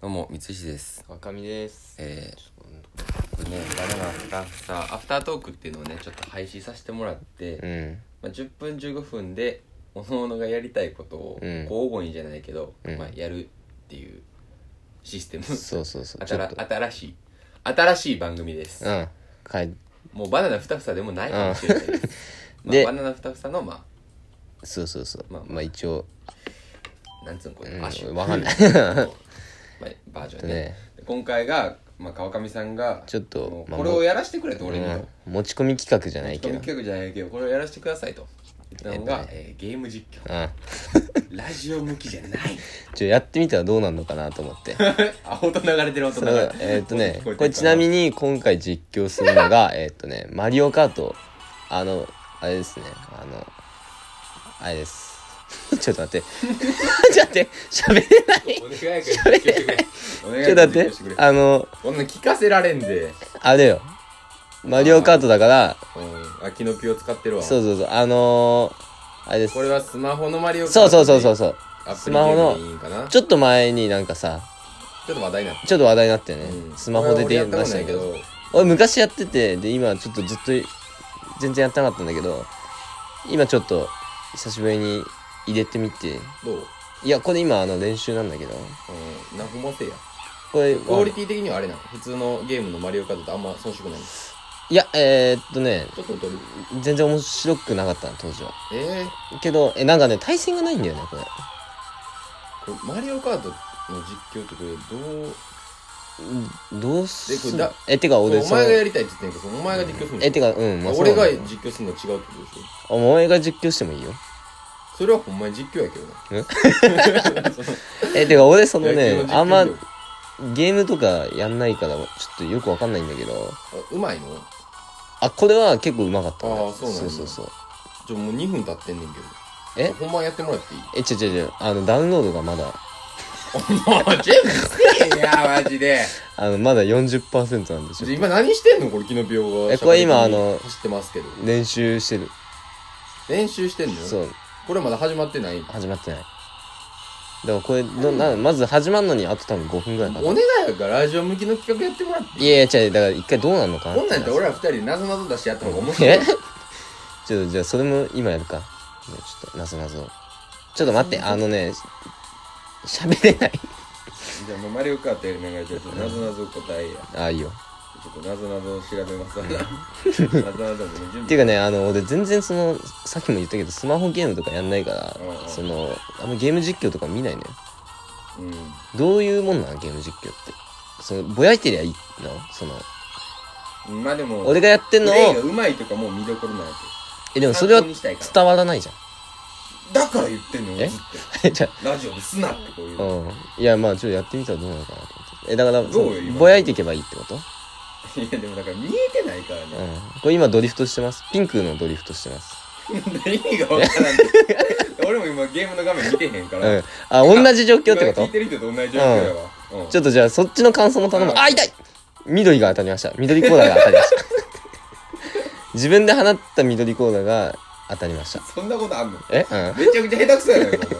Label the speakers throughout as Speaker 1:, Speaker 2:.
Speaker 1: どうも、三石です。
Speaker 2: 赤身です
Speaker 1: えー
Speaker 2: ちょ
Speaker 1: これね、バナナスタッフさん、アフタートークっていうのをね、ちょっと配信させてもらって、
Speaker 2: っとうん
Speaker 1: まあ、10分15分で、おのおのがやりたいことを、
Speaker 2: うん
Speaker 1: 交互にじゃないけど、
Speaker 2: うん
Speaker 1: まあ、やるっていうシステム。
Speaker 2: そうそうそう
Speaker 1: あ
Speaker 2: ち
Speaker 1: た
Speaker 2: ょ
Speaker 1: ら
Speaker 2: っと
Speaker 1: 新しい、新しい番組です。
Speaker 2: うんかい
Speaker 1: もうバナナふたふさでもないかもしれない です。
Speaker 2: うん
Speaker 1: まあ
Speaker 2: で、
Speaker 1: バナナふたふさの、ま
Speaker 2: そうそうそう
Speaker 1: ま
Speaker 2: ま
Speaker 1: あ
Speaker 2: あ、一応
Speaker 1: あ、なんつうのこれ、
Speaker 2: うん
Speaker 1: 亜種
Speaker 2: わか んない
Speaker 1: まあ、バージョンね。
Speaker 2: ね
Speaker 1: で今回が、まあ、川上さんが、
Speaker 2: ちょっと
Speaker 1: もう
Speaker 2: まあ
Speaker 1: これをやらせてくれと、俺にと。
Speaker 2: うん持ち込み企画じゃない
Speaker 1: 持ち
Speaker 2: け
Speaker 1: 込み
Speaker 2: ど
Speaker 1: 企画じゃないけどこれをやらせてくださいと言ったのが、えーゲーム実況
Speaker 2: うん
Speaker 1: ラジオ向きじゃない
Speaker 2: ちょやってみたらどうなるのかなと思って
Speaker 1: あ音流れてる音
Speaker 2: そ
Speaker 1: 流れ
Speaker 2: う
Speaker 1: てる
Speaker 2: えーっとね
Speaker 1: 聞こえてるか
Speaker 2: これちなみに今回実況するの がえーっとねマリオカートあのあれですねあのあれです ちょっと待って ちょっと待って喋れな
Speaker 1: お
Speaker 2: い
Speaker 1: 願いから実況してくれお願い
Speaker 2: ち
Speaker 1: か
Speaker 2: ょっと
Speaker 1: ら
Speaker 2: 待
Speaker 1: 実
Speaker 2: っ
Speaker 1: 況してく
Speaker 2: て
Speaker 1: れ
Speaker 2: あの
Speaker 1: こんな聞かせられんで、
Speaker 2: あれよマリオカートだから
Speaker 1: うん、あキノピオ使ってるわ
Speaker 2: そうそうそうあのー、あれです
Speaker 1: これはスマホのマリオカー
Speaker 2: そうそうそうそううそう
Speaker 1: ス
Speaker 2: ス
Speaker 1: マ
Speaker 2: マ
Speaker 1: ホ
Speaker 2: ホ
Speaker 1: の
Speaker 2: の
Speaker 1: いいんかなちょ
Speaker 2: ちょっと前になんかさ
Speaker 1: っと話題になっ
Speaker 2: ちょっと話題になってね
Speaker 1: た、、うん
Speaker 2: スマホ
Speaker 1: 俺
Speaker 2: で出
Speaker 1: やった
Speaker 2: 出
Speaker 1: こ
Speaker 2: し
Speaker 1: と
Speaker 2: た
Speaker 1: なんいけ
Speaker 2: だけど
Speaker 1: ど
Speaker 2: 俺昔やっててで今ちょっとずっと全然やってなかったんだけど今ちょっと久しぶりに入れてみて
Speaker 1: どう、うん
Speaker 2: いやこれ今あの練習なんだけど
Speaker 1: なほんませや
Speaker 2: これ
Speaker 1: クオリティ的にはあれなの普通のゲームのマリオカートとあんま遜色ないち
Speaker 2: いやえー、っとね
Speaker 1: ょっと劣る
Speaker 2: 全然面白くなかったの当時は
Speaker 1: えー、
Speaker 2: けどえなんかね対戦がないんだよねこれ
Speaker 1: これマリオカートの実況ってこれどう
Speaker 2: うんどうす
Speaker 1: でこれだ
Speaker 2: えてか俺
Speaker 1: お
Speaker 2: その
Speaker 1: 前がやりたいって言ってんけどお前が実況するの、
Speaker 2: えてかうんまあ
Speaker 1: 俺が
Speaker 2: そうなんだよ
Speaker 1: 実況するの違うってことでしょ
Speaker 2: お前が実況してもいいよ
Speaker 1: それはほんまに実況やけどな
Speaker 2: えてか俺その
Speaker 1: 野球
Speaker 2: ね
Speaker 1: の実況
Speaker 2: あんま
Speaker 1: 料
Speaker 2: ゲームとかやんないからちょっとよくわかんないんだけど
Speaker 1: あうまいの
Speaker 2: あこれは結構うまかったね
Speaker 1: あーそうなんだ
Speaker 2: そうそうそう
Speaker 1: ちょもう2分経ってんねんけど
Speaker 2: え
Speaker 1: ほんまやってもらっていい
Speaker 2: えちょちょちょあのダウンロードがまだ
Speaker 1: もう全部せえやマジで
Speaker 2: あのまだ40%なんでしょ
Speaker 1: 今何してんのこれキノピオが
Speaker 2: えこれ今あの
Speaker 1: 走ってますけど
Speaker 2: 練習してる
Speaker 1: 練習してんの
Speaker 2: そう
Speaker 1: これまだ始まってない
Speaker 2: 始まってないでもこれどなまず始まるのにあと多分5分ぐらいかか
Speaker 1: お
Speaker 2: る
Speaker 1: 願いやからラジオ向きの企画やってもらっていい
Speaker 2: いやいや違うだから一回どうなんのかな
Speaker 1: こんなんやったら俺ら二人でなぞなぞ出し合った方が面白い
Speaker 2: え ちょっとじゃあそれも今やるかじゃあちょっとなぞなぞをちょっと待ってあのね喋れない
Speaker 1: じゃあもうマリオカートやりながらちょっとなぞなぞ答えや
Speaker 2: ああいいよ
Speaker 1: ちょっとなぞなぞを調べ ますわななぞなぞもね準
Speaker 2: っ
Speaker 1: 備
Speaker 2: ていうかねあの俺全然そのさっきも言ったけどスマホゲームとかやんないから
Speaker 1: うんうん
Speaker 2: そのあんまゲーム実況とか見ないのよ
Speaker 1: うん
Speaker 2: どういうもんなんゲーム実況ってそのぼやいてりゃいいのその
Speaker 1: まあでも
Speaker 2: 俺がやってんのを
Speaker 1: プレイがうまいとかもう見どころなんや
Speaker 2: えでもそれは
Speaker 1: 参考にしたいから
Speaker 2: 伝わらないじゃ
Speaker 1: けどだから言ってんのよず
Speaker 2: え
Speaker 1: っ
Speaker 2: ん じゃ
Speaker 1: とラジオにすなってこういう
Speaker 2: あうんいやまあちょっとやってみたらどうなのかなと思ってえだからそ
Speaker 1: どうよ今
Speaker 2: のぼやいていけばいいってこと
Speaker 1: いやでもだから見えてないから
Speaker 2: う
Speaker 1: ね
Speaker 2: んこれ今ドリフトしてますピンクのドリフトしてます
Speaker 1: 意味がわからん俺も今ゲームの画面見てへんか
Speaker 2: う
Speaker 1: ら
Speaker 2: ん。あ、同じ状況って
Speaker 1: 今聞
Speaker 2: こ
Speaker 1: いてる人と同じ状況やわうん
Speaker 2: とちょっとじゃあそっちの感想も頼む。あ、痛い緑が当たりました。緑コーダが当たり ました。自分で放った緑コーダが当たりました。
Speaker 1: そんなことあんの
Speaker 2: えうん。
Speaker 1: めちゃくちゃ下手くそやな今の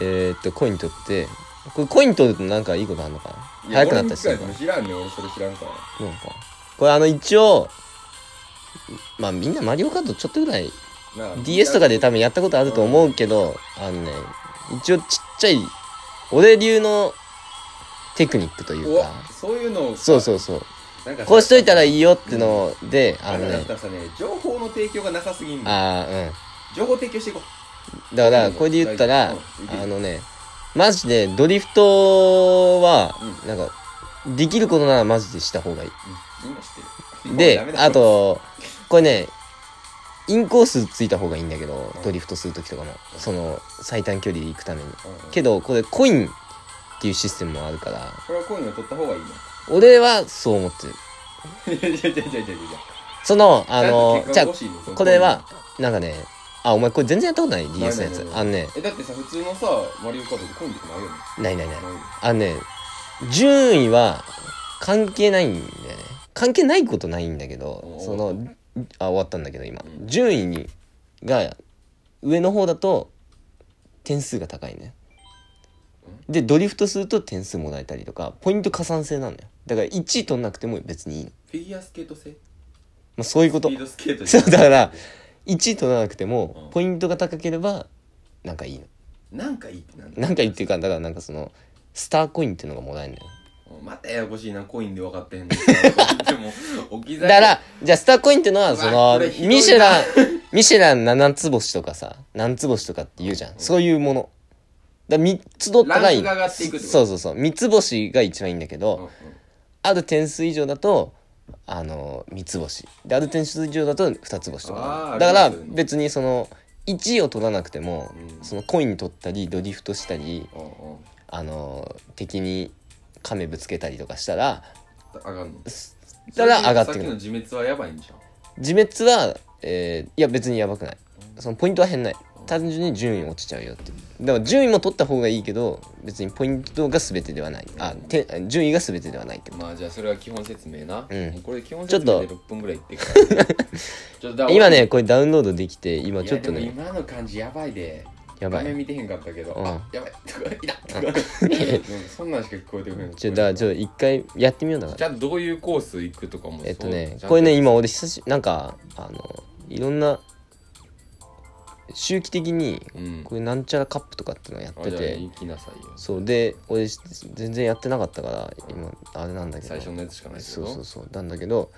Speaker 2: えー、っと、コイン取って、これコイン取るとなんかいいことあんのか
Speaker 1: い
Speaker 2: な
Speaker 1: や
Speaker 2: 早くなったりするの
Speaker 1: 俺に
Speaker 2: かな
Speaker 1: 聞かれても知らんねん俺それ知らんから
Speaker 2: そうか。これあの一応、まあみんなマリオカートちょっとぐらい
Speaker 1: なあ
Speaker 2: DS とかで多分やったことあると思うけど、あのね、一応ちっちゃい、俺流のテクニックという
Speaker 1: お
Speaker 2: か、
Speaker 1: そういうのを
Speaker 2: そうそうそう。
Speaker 1: なんか
Speaker 2: こうしといたら
Speaker 1: い
Speaker 2: いいよってので、あ
Speaker 1: あ
Speaker 2: の
Speaker 1: の
Speaker 2: ね
Speaker 1: ね、さね情報の提供がなさすぎんの
Speaker 2: ああ、
Speaker 1: 情報提供していこう
Speaker 2: うん。だから、これで言ったら
Speaker 1: うん、
Speaker 2: あのね、マジでドリフトは
Speaker 1: う、
Speaker 2: なんか、できることならマジでした方がい
Speaker 1: みんな知って
Speaker 2: い。
Speaker 1: る
Speaker 2: で、あと、これね、インコースついた方がいいんだけど
Speaker 1: うん、
Speaker 2: ドリフトするときとかも、その、最短距離で行くために。
Speaker 1: け
Speaker 2: けど、これコインっていうシステムもあるから、
Speaker 1: これはこういうの取った方がいいの
Speaker 2: 俺はそう思ってる。
Speaker 1: いやいやいやいやいやいや
Speaker 2: その、 あ
Speaker 1: ち
Speaker 2: の
Speaker 1: んと、結
Speaker 2: じ
Speaker 1: 果
Speaker 2: ゃあ
Speaker 1: が欲しいのその
Speaker 2: これは、なんかね、あ、お前これ全然やったことない ?DS のや
Speaker 1: ないない
Speaker 2: つ
Speaker 1: な。い
Speaker 2: あのね、
Speaker 1: えだってさ普通のさマリオカートでコインとかないよね
Speaker 2: ないないない。
Speaker 1: ないよね
Speaker 2: あのね、順位は関係ないんだよね。関係ないことないんだけど
Speaker 1: お、
Speaker 2: その、あ、終わったんだけど今
Speaker 1: う。ん
Speaker 2: 順位に、が、上の方だと、点数が高いね。でドリフトすると点数もらえたりとかポイント加算制なのよだから1位取んなくても別にいいの、
Speaker 1: フィギュアスケート制
Speaker 2: まあ、そういうこと
Speaker 1: スピードスケートじ
Speaker 2: そ
Speaker 1: ゃな
Speaker 2: う
Speaker 1: くて
Speaker 2: だから1位取らなくて
Speaker 1: う
Speaker 2: も
Speaker 1: ん
Speaker 2: ポイントが高ければなんかいいの
Speaker 1: なんかいいってなんだ
Speaker 2: なんかいいっていうかだからなんかそのスターコインっていうのがもらえるのよ
Speaker 1: またややこしいなコインで分かってへんのでも置き去 り
Speaker 2: だからじゃあスターコインっていうのは
Speaker 1: わ
Speaker 2: その
Speaker 1: これひどいな
Speaker 2: ミシュランミシュラン7つ星とかさ何つ星とかって言うじゃんそういうものだ3つ取ったらいいの
Speaker 1: ランクが上がっていくってこと
Speaker 2: そうそうそう3つ星が一番いいんだけど、
Speaker 1: うんうん
Speaker 2: ある点数以上だとあの三つ星である点数以上だと二つ星と
Speaker 1: あ
Speaker 2: か
Speaker 1: ー
Speaker 2: だから
Speaker 1: ありますよね
Speaker 2: 別にその1位を取らなくても、
Speaker 1: うん
Speaker 2: そのコイン取ったりドリフトしたり
Speaker 1: うんうん
Speaker 2: あの敵に亀ぶつけたりとかしたら
Speaker 1: 上がんの
Speaker 2: だから上がって
Speaker 1: さっ
Speaker 2: く
Speaker 1: きの
Speaker 2: る
Speaker 1: 自滅はやばいんじゃん
Speaker 2: 自滅は、えーいや別にやばくないそのポイントは減んない単純に順位落ちちゃうよってだから順位も取った方がいいけど別にポイントが全てではないあて順位が全てではないってこと
Speaker 1: まあじゃあそれは基本説明な、
Speaker 2: うん
Speaker 1: もこれ基本
Speaker 2: ちょっ
Speaker 1: 説
Speaker 2: と
Speaker 1: 明で6分ぐらいいってる からちょっとだから
Speaker 2: 今ねこれダウンロードできて今
Speaker 1: い
Speaker 2: ちょ
Speaker 1: や
Speaker 2: っと
Speaker 1: でも
Speaker 2: ね
Speaker 1: 今の感じやばいで
Speaker 2: やばい
Speaker 1: 画面見てへんかったけど、
Speaker 2: うん
Speaker 1: あやばいとかいたとかう んそんなんしか聞こえてくれない
Speaker 2: ちょだからちょ一回やってみようだか
Speaker 1: じ
Speaker 2: ら
Speaker 1: ゃあどういうコース行くとかも
Speaker 2: えっと
Speaker 1: そう
Speaker 2: ね
Speaker 1: じゃん
Speaker 2: これね今俺久しなんかあのいろんな周期的に
Speaker 1: うん
Speaker 2: こういうなんちゃらカップとかっていうのをやっ
Speaker 1: あ
Speaker 2: て
Speaker 1: じゃあ
Speaker 2: て
Speaker 1: 行きなさいよ
Speaker 2: そうで俺全然やってなかったから今あれなんだけど
Speaker 1: 最初のやつしかないけど
Speaker 2: そうそうそうなんだけど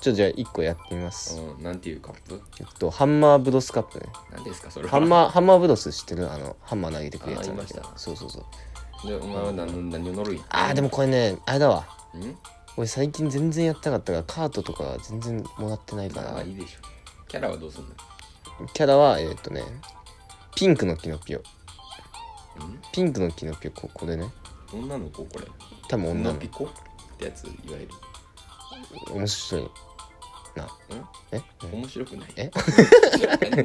Speaker 2: ちょじゃあ一個やってみます
Speaker 1: うん、なんていうカップ
Speaker 2: えっとハンマーブロスカップね
Speaker 1: 何ですかそれは
Speaker 2: ハンマーハンマーブロス知ってるあのハンマー投げてくるやつなんだけ
Speaker 1: あ
Speaker 2: ど
Speaker 1: ありま
Speaker 2: そうそうそう
Speaker 1: でお前は何の何を乗るんや
Speaker 2: あーでもこれねあれだわ
Speaker 1: うん
Speaker 2: 俺最近全然やってなかったからカートとか全然もらってないか
Speaker 1: あ
Speaker 2: ら
Speaker 1: あいいでしょキャラはどうすんの
Speaker 2: キャラはえーっ、とねピンクのキノピオ
Speaker 1: うん
Speaker 2: ピンクのキノピオここれね
Speaker 1: 女の子これ
Speaker 2: 多分女
Speaker 1: 女
Speaker 2: の
Speaker 1: ピコってやついわゆる
Speaker 2: 面白いなえ
Speaker 1: 面白くない
Speaker 2: え
Speaker 1: 何 も面白くない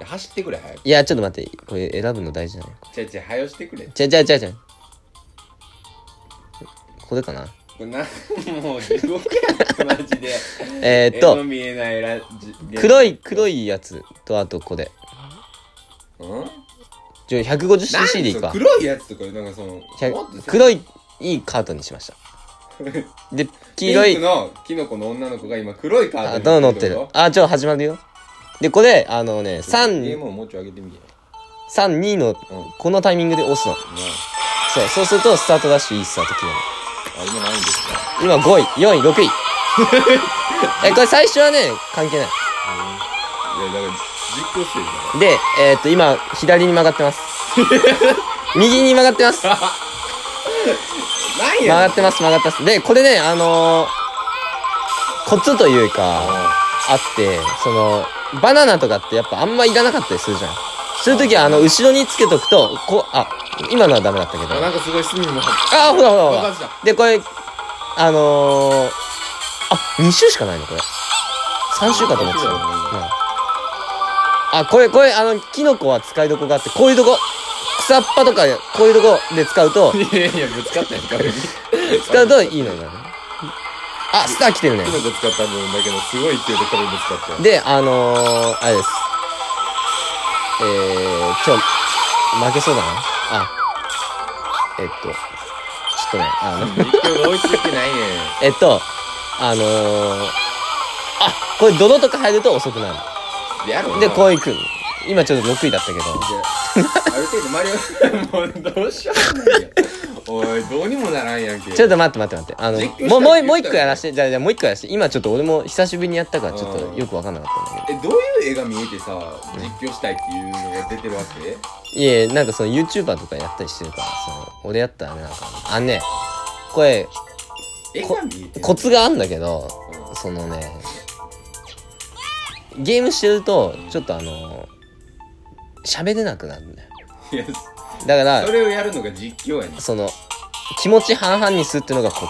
Speaker 1: で走ってくれ早く
Speaker 2: いやちょっと待ってこれ選ぶの大事じゃない
Speaker 1: ちゃちゃ早押してくれこ
Speaker 2: じゃじゃじゃじゃこれかな
Speaker 1: れなもう地獄やマジで
Speaker 2: えーっ
Speaker 1: 絵の
Speaker 2: と
Speaker 1: 見えないラジ
Speaker 2: 黒い黒いやつとあとこれ
Speaker 1: うん
Speaker 2: じゃ 150cc でいく
Speaker 1: なんその
Speaker 2: わ
Speaker 1: 黒いやつとかなんかその
Speaker 2: 100
Speaker 1: もっと
Speaker 2: 黒いいいカートにしましたで黄色
Speaker 1: ピン
Speaker 2: い
Speaker 1: クのキノコの女の子が今黒いカー
Speaker 2: あ、
Speaker 1: ド
Speaker 2: ど
Speaker 1: に
Speaker 2: う乗ってるあ、ちょ、始まるよ。で、これ、あのね、
Speaker 1: ゲー
Speaker 2: 3、
Speaker 1: ムをもうちょい上げてみよ
Speaker 2: 3、2の、
Speaker 1: うんうん
Speaker 2: このタイミングで押すの。そう、そうすると、スタートダッシュいいスタート切れる。
Speaker 1: あ今ないんですか
Speaker 2: 今、5位、4位、6位。 え、これ最初はね、関係ない。
Speaker 1: いやだから実況してるか
Speaker 2: で、えーっと、今、左に曲がってます。右に曲がってます。曲
Speaker 1: らない
Speaker 2: が
Speaker 1: や
Speaker 2: ってます、曲がってます。で、これね、あのー、コツというか、あって、その、バナナとかってやっぱあんまいらなかったりするじゃん。そういう時は、あの、後ろにつけとくと、こう、あ、今のはダメだったけど。
Speaker 1: あな
Speaker 2: あ
Speaker 1: んかすごい隅にも入って
Speaker 2: ー、ほらほらほ
Speaker 1: 爆
Speaker 2: ら
Speaker 1: 発だ。
Speaker 2: で、これ、あのー、あ、2週しかないのこれ。3週かと思ってたよ。うん
Speaker 1: そうだね
Speaker 2: あ、これ、これ、あの、キノコは使いどこがあって、こういうとこ、草っぱとか、こういうとこで使うと、
Speaker 1: いやいやぶつかったやんか
Speaker 2: 使うといいのだね。あ、スター来てるね
Speaker 1: キ。ノコ使った分だけどすごい勢いで壁ぶつか ったよ
Speaker 2: で、あのー、あれです。えー、今日、負けそうだな。あ、えっと、ちょっとね、あの、
Speaker 1: 実況が追いついてないね
Speaker 2: えっと、あのー、あ、これ泥とか入ると遅くな
Speaker 1: んやろ
Speaker 2: る。
Speaker 1: な
Speaker 2: で、こう行く。今ちょっと6位だったけど。
Speaker 1: ある程度マリオもうどうしようもないよおいどうにもならんやんけ
Speaker 2: ちょっと待って待って待って。あ
Speaker 1: 実況したい
Speaker 2: の、もう、もう、
Speaker 1: って言ったよね
Speaker 2: もう一個やらして、じゃあじゃあもう一個やらして。今ちょっと俺も久しぶりにやったから、ちょっ
Speaker 1: う
Speaker 2: と
Speaker 1: ん
Speaker 2: よくわかんなかったんだけ
Speaker 1: えどういう絵が見えてさ実況したいっていうのが出てるわけ
Speaker 2: ど。いえ、なんかその YouTuber とかやったりしてるから、その、俺やったらあれなんかな、あのね、これ、
Speaker 1: 絵
Speaker 2: こ
Speaker 1: が見えてる
Speaker 2: コツがあんだけど、
Speaker 1: う
Speaker 2: そのねゲームしてるとちょっとあの喋れなくなるんだよ
Speaker 1: いや
Speaker 2: だから
Speaker 1: それをやるのが実況やねん
Speaker 2: その気持ち半々にするっていうのがコ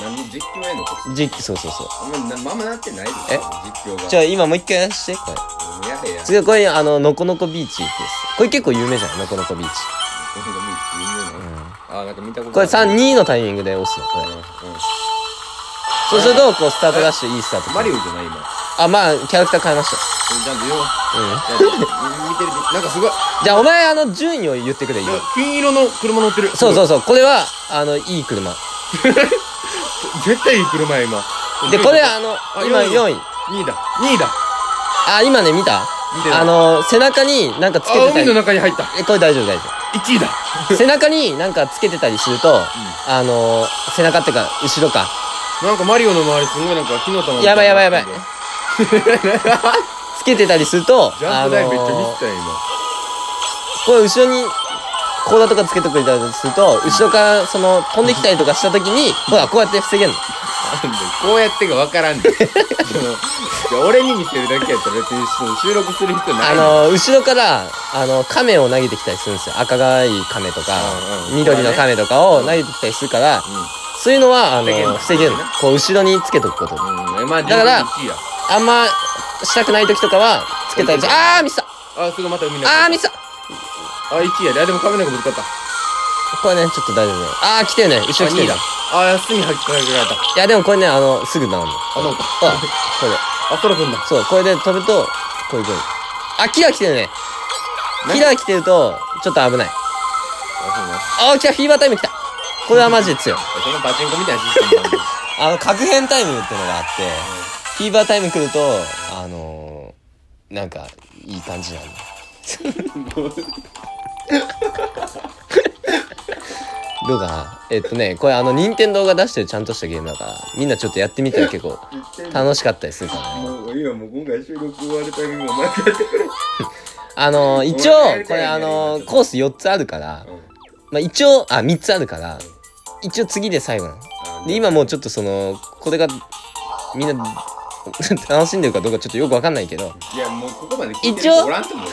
Speaker 1: 何の実況やねんこ
Speaker 2: ツ実そうそうそう
Speaker 1: れお前なままなってないで
Speaker 2: え
Speaker 1: 実況が
Speaker 2: じゃあ今もう一回やらしてこれ
Speaker 1: もうやれや
Speaker 2: 次はこれあのノコノコビーチですこれ結構有名じゃないノコノコビーチ、
Speaker 1: この見見る
Speaker 2: う
Speaker 1: の
Speaker 2: ん、
Speaker 1: あなんか見たこと
Speaker 2: これ
Speaker 1: ある
Speaker 2: 32のタイミングで押すのこ
Speaker 1: うん
Speaker 2: れ
Speaker 1: うん
Speaker 2: そうするとこうスタートダッシュいいスタート
Speaker 1: マリオじゃない今
Speaker 2: あまあキャラクター変えました
Speaker 1: ちゃんと言おう。じゃあ見てるでなんかすごい。
Speaker 2: じゃあお前あの順位を言ってくれ今
Speaker 1: 金色の車乗ってる。。
Speaker 2: そうそううそうこれはあのいい車
Speaker 1: 絶対いい車や、今。
Speaker 2: でこれあの今4位
Speaker 1: 2位だ。2位だ。
Speaker 2: あ今ね見た
Speaker 1: 見てる
Speaker 2: あの背中になんかつけ
Speaker 1: あ、
Speaker 2: てた
Speaker 1: 海
Speaker 2: り
Speaker 1: の中に入った。
Speaker 2: えこれ大丈夫大丈
Speaker 1: 1位だ。
Speaker 2: 夫背中になんかつけてたりすると、あの背中っていうか後ろか
Speaker 1: なんかマリオの周りすごいなんか火の玉みた
Speaker 2: やばいやばいやばい
Speaker 1: ジャン
Speaker 2: つけてたりすると
Speaker 1: プ台めっちゃ見せ
Speaker 2: あの
Speaker 1: たよ、
Speaker 2: これ後ろにコーダとかつけてくれたりすると後ろからその飛んできたりとかした時にほらこうやって防げんの
Speaker 1: 今。なんで、こうやってがわからんねんそのじゃあ俺に見せるだけやったら別にその収録する必要ない。
Speaker 2: あ、の後ろからあの亀を投げてきたりするんですよ赤がい亀とか、
Speaker 1: うんうん
Speaker 2: 緑の亀とかを投げてきたりするから、そういうのはあの
Speaker 1: 防
Speaker 2: 防
Speaker 1: げ
Speaker 2: げ
Speaker 1: ん
Speaker 2: る
Speaker 1: の
Speaker 2: のこう後ろにつけとくこと
Speaker 1: うん。うん、えまあ、
Speaker 2: だから
Speaker 1: 1位や。
Speaker 2: あんましたくない時とかはつけたりしてあーミスった
Speaker 1: あ、すぐまた海の
Speaker 2: あーミ
Speaker 1: ス
Speaker 2: スった
Speaker 1: あ、1位やで。あ、でも髪の毛ぶつかった。
Speaker 2: これねちょっと大丈夫だよあー来てるね後ろ来て
Speaker 1: 2
Speaker 2: る
Speaker 1: 位
Speaker 2: い
Speaker 1: だ。あ、休み吐きかけられた。
Speaker 2: やでもこれねあのすぐ治る
Speaker 1: あ、
Speaker 2: の
Speaker 1: なんか。
Speaker 2: あこれで
Speaker 1: あ、トラくんだ。
Speaker 2: そうこれで飛ぶとこういう風にあキラー来てるねキラー来てるとちょっと危ない
Speaker 1: あ、そうな。
Speaker 2: あー来たフィーバータイム来たこれはマジで強い
Speaker 1: そのパチンコみたいなシステムなんで。
Speaker 2: あの、格変タイムってのがあって、フィーバータイム来ると、あのー、なんか、いい感じなの。どうかなえっとね、これあの、任天堂が出してるちゃんとしたゲームだから、みんなちょっとやってみたら結構楽しかったりするからね。
Speaker 1: もういいわ、もう今回収録終わるタイミングお前がやってくれ。
Speaker 2: あのー、一応、これあのー、コース4つあるから、まあ一応、あ、3つあるから、一応次で最後なの。で今もうちょっとそのこれがみんな楽しんでるかどうかちょっとよくわかんないけど
Speaker 1: いや、もうここまで聞いてる人おらんと思う。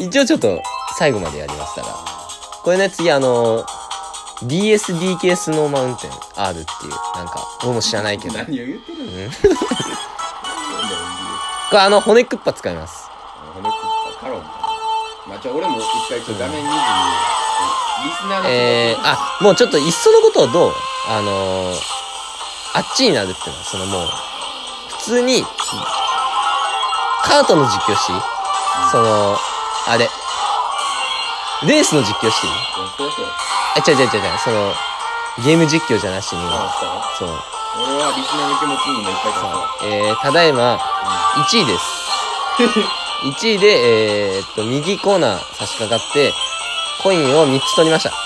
Speaker 2: 一応ちょっと最後までやりますからこれね次あの DSDK スノーマウンテン R っていうなんか僕も知らないけどこ
Speaker 1: 何を言ってるのなんだよ、
Speaker 2: れあの骨クッパ使います
Speaker 1: 骨食ったカロンかな。まあ、じゃあ俺も一回ちょっと画面見ずに、リスナーの
Speaker 2: えー、
Speaker 1: あ、
Speaker 2: あもうちょっといっそのことをどうあのー、あっちになるっていうのはそのもう普通にカートの実況していいそのあれレースの実況していい
Speaker 1: そうそう。
Speaker 2: あ、違う違う違う違う、その、ゲーム実況じゃなしに、
Speaker 1: あ、そ
Speaker 2: そう、
Speaker 1: う。俺はリスナーの気持ちにもいっぱいか
Speaker 2: えー、ただいま、1位です。1位で、えー、っと、右コーナー差し掛かって、コインを3つ取りました。
Speaker 1: 先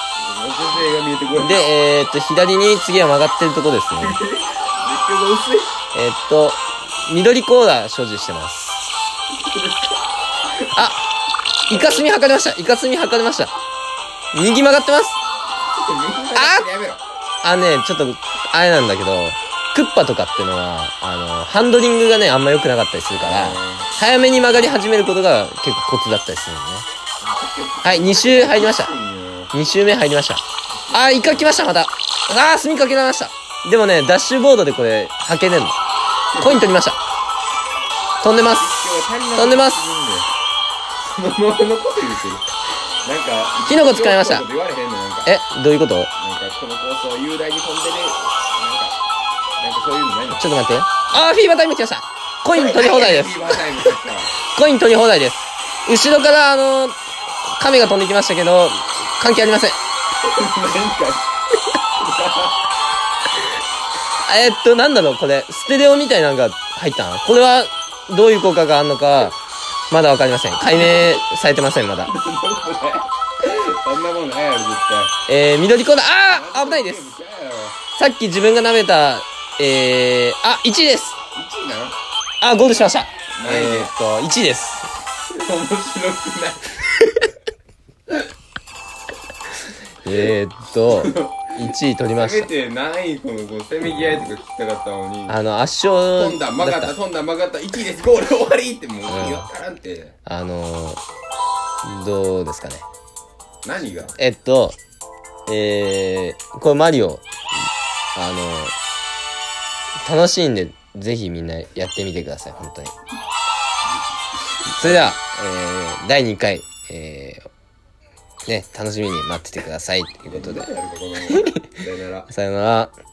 Speaker 1: 生が見えてこれ。
Speaker 2: で、えー、っと、左に次は曲がってるとこですね。
Speaker 1: 実況が薄い。
Speaker 2: えー、っと、緑コーナー所持してます。あ、イカスミ測れました。イカスミ測れました。右曲がってます。
Speaker 1: あやめろ。
Speaker 2: あのね、ちょっと、あれなんだけど、クッパとかってのは、あの、ハンドリングがね、あんま良くなかったりするから
Speaker 1: うん、
Speaker 2: 早めに曲がり始めることが結構コツだったりするのね。はい、2周入りました。2周目入りました。あー、イカ来ました、また。あー、墨かけられました。でもね、ダッシュボードでこれ、履けねえの。コイン取りました。飛んでます。飛んでます。
Speaker 1: そのままのこと言ってる。なんか、
Speaker 2: キノコ使いました
Speaker 1: キノコ言われへんの、なんか。
Speaker 2: え、どういうこと
Speaker 1: なんか、この放送雄大に飛んでる。なんか、なんかそういうのないの
Speaker 2: ちょっと待って。あー、フィーバータイム来ました。コイン取り放題です。
Speaker 1: フィーバータイムだったら
Speaker 2: コイン取り放題です。後ろから、あの、亀が飛んできましたけど、関係ありません。えーっと、なんだろう、これ。ステレオみたいなのが入ったのこれは、どういう効果があるのか、まだわかりません。解明されてません、まだ。
Speaker 1: そんなもんないやろ、絶
Speaker 2: えー、緑コーナー、あ
Speaker 1: 対。
Speaker 2: ー危ないです。。さっき自分が舐めた、えー、あ、1位です。
Speaker 1: 1位なの
Speaker 2: あー、ゴールしました。
Speaker 1: いね
Speaker 2: えーっと、1位です。
Speaker 1: 面白くない。
Speaker 2: えーっと、1位取りま
Speaker 1: せ
Speaker 2: し
Speaker 1: め
Speaker 2: た。
Speaker 1: て何位この、このせめぎ合いとか聞きたかったのに。
Speaker 2: あの、圧勝
Speaker 1: 飛んだ、曲がった、飛んだ、曲がった、1位です、ゴール終わりってもう、分からんって。
Speaker 2: あのー、どうですかね。
Speaker 1: 何が
Speaker 2: えっと、えー、これマリオ、あのー、楽しいんで、ぜひみんなやってみてください、本当に。それでは、えー、第2回、えー、ね、楽しみに待っててください、ということで。
Speaker 1: 誰やろかこのさよなら。
Speaker 2: さよなら。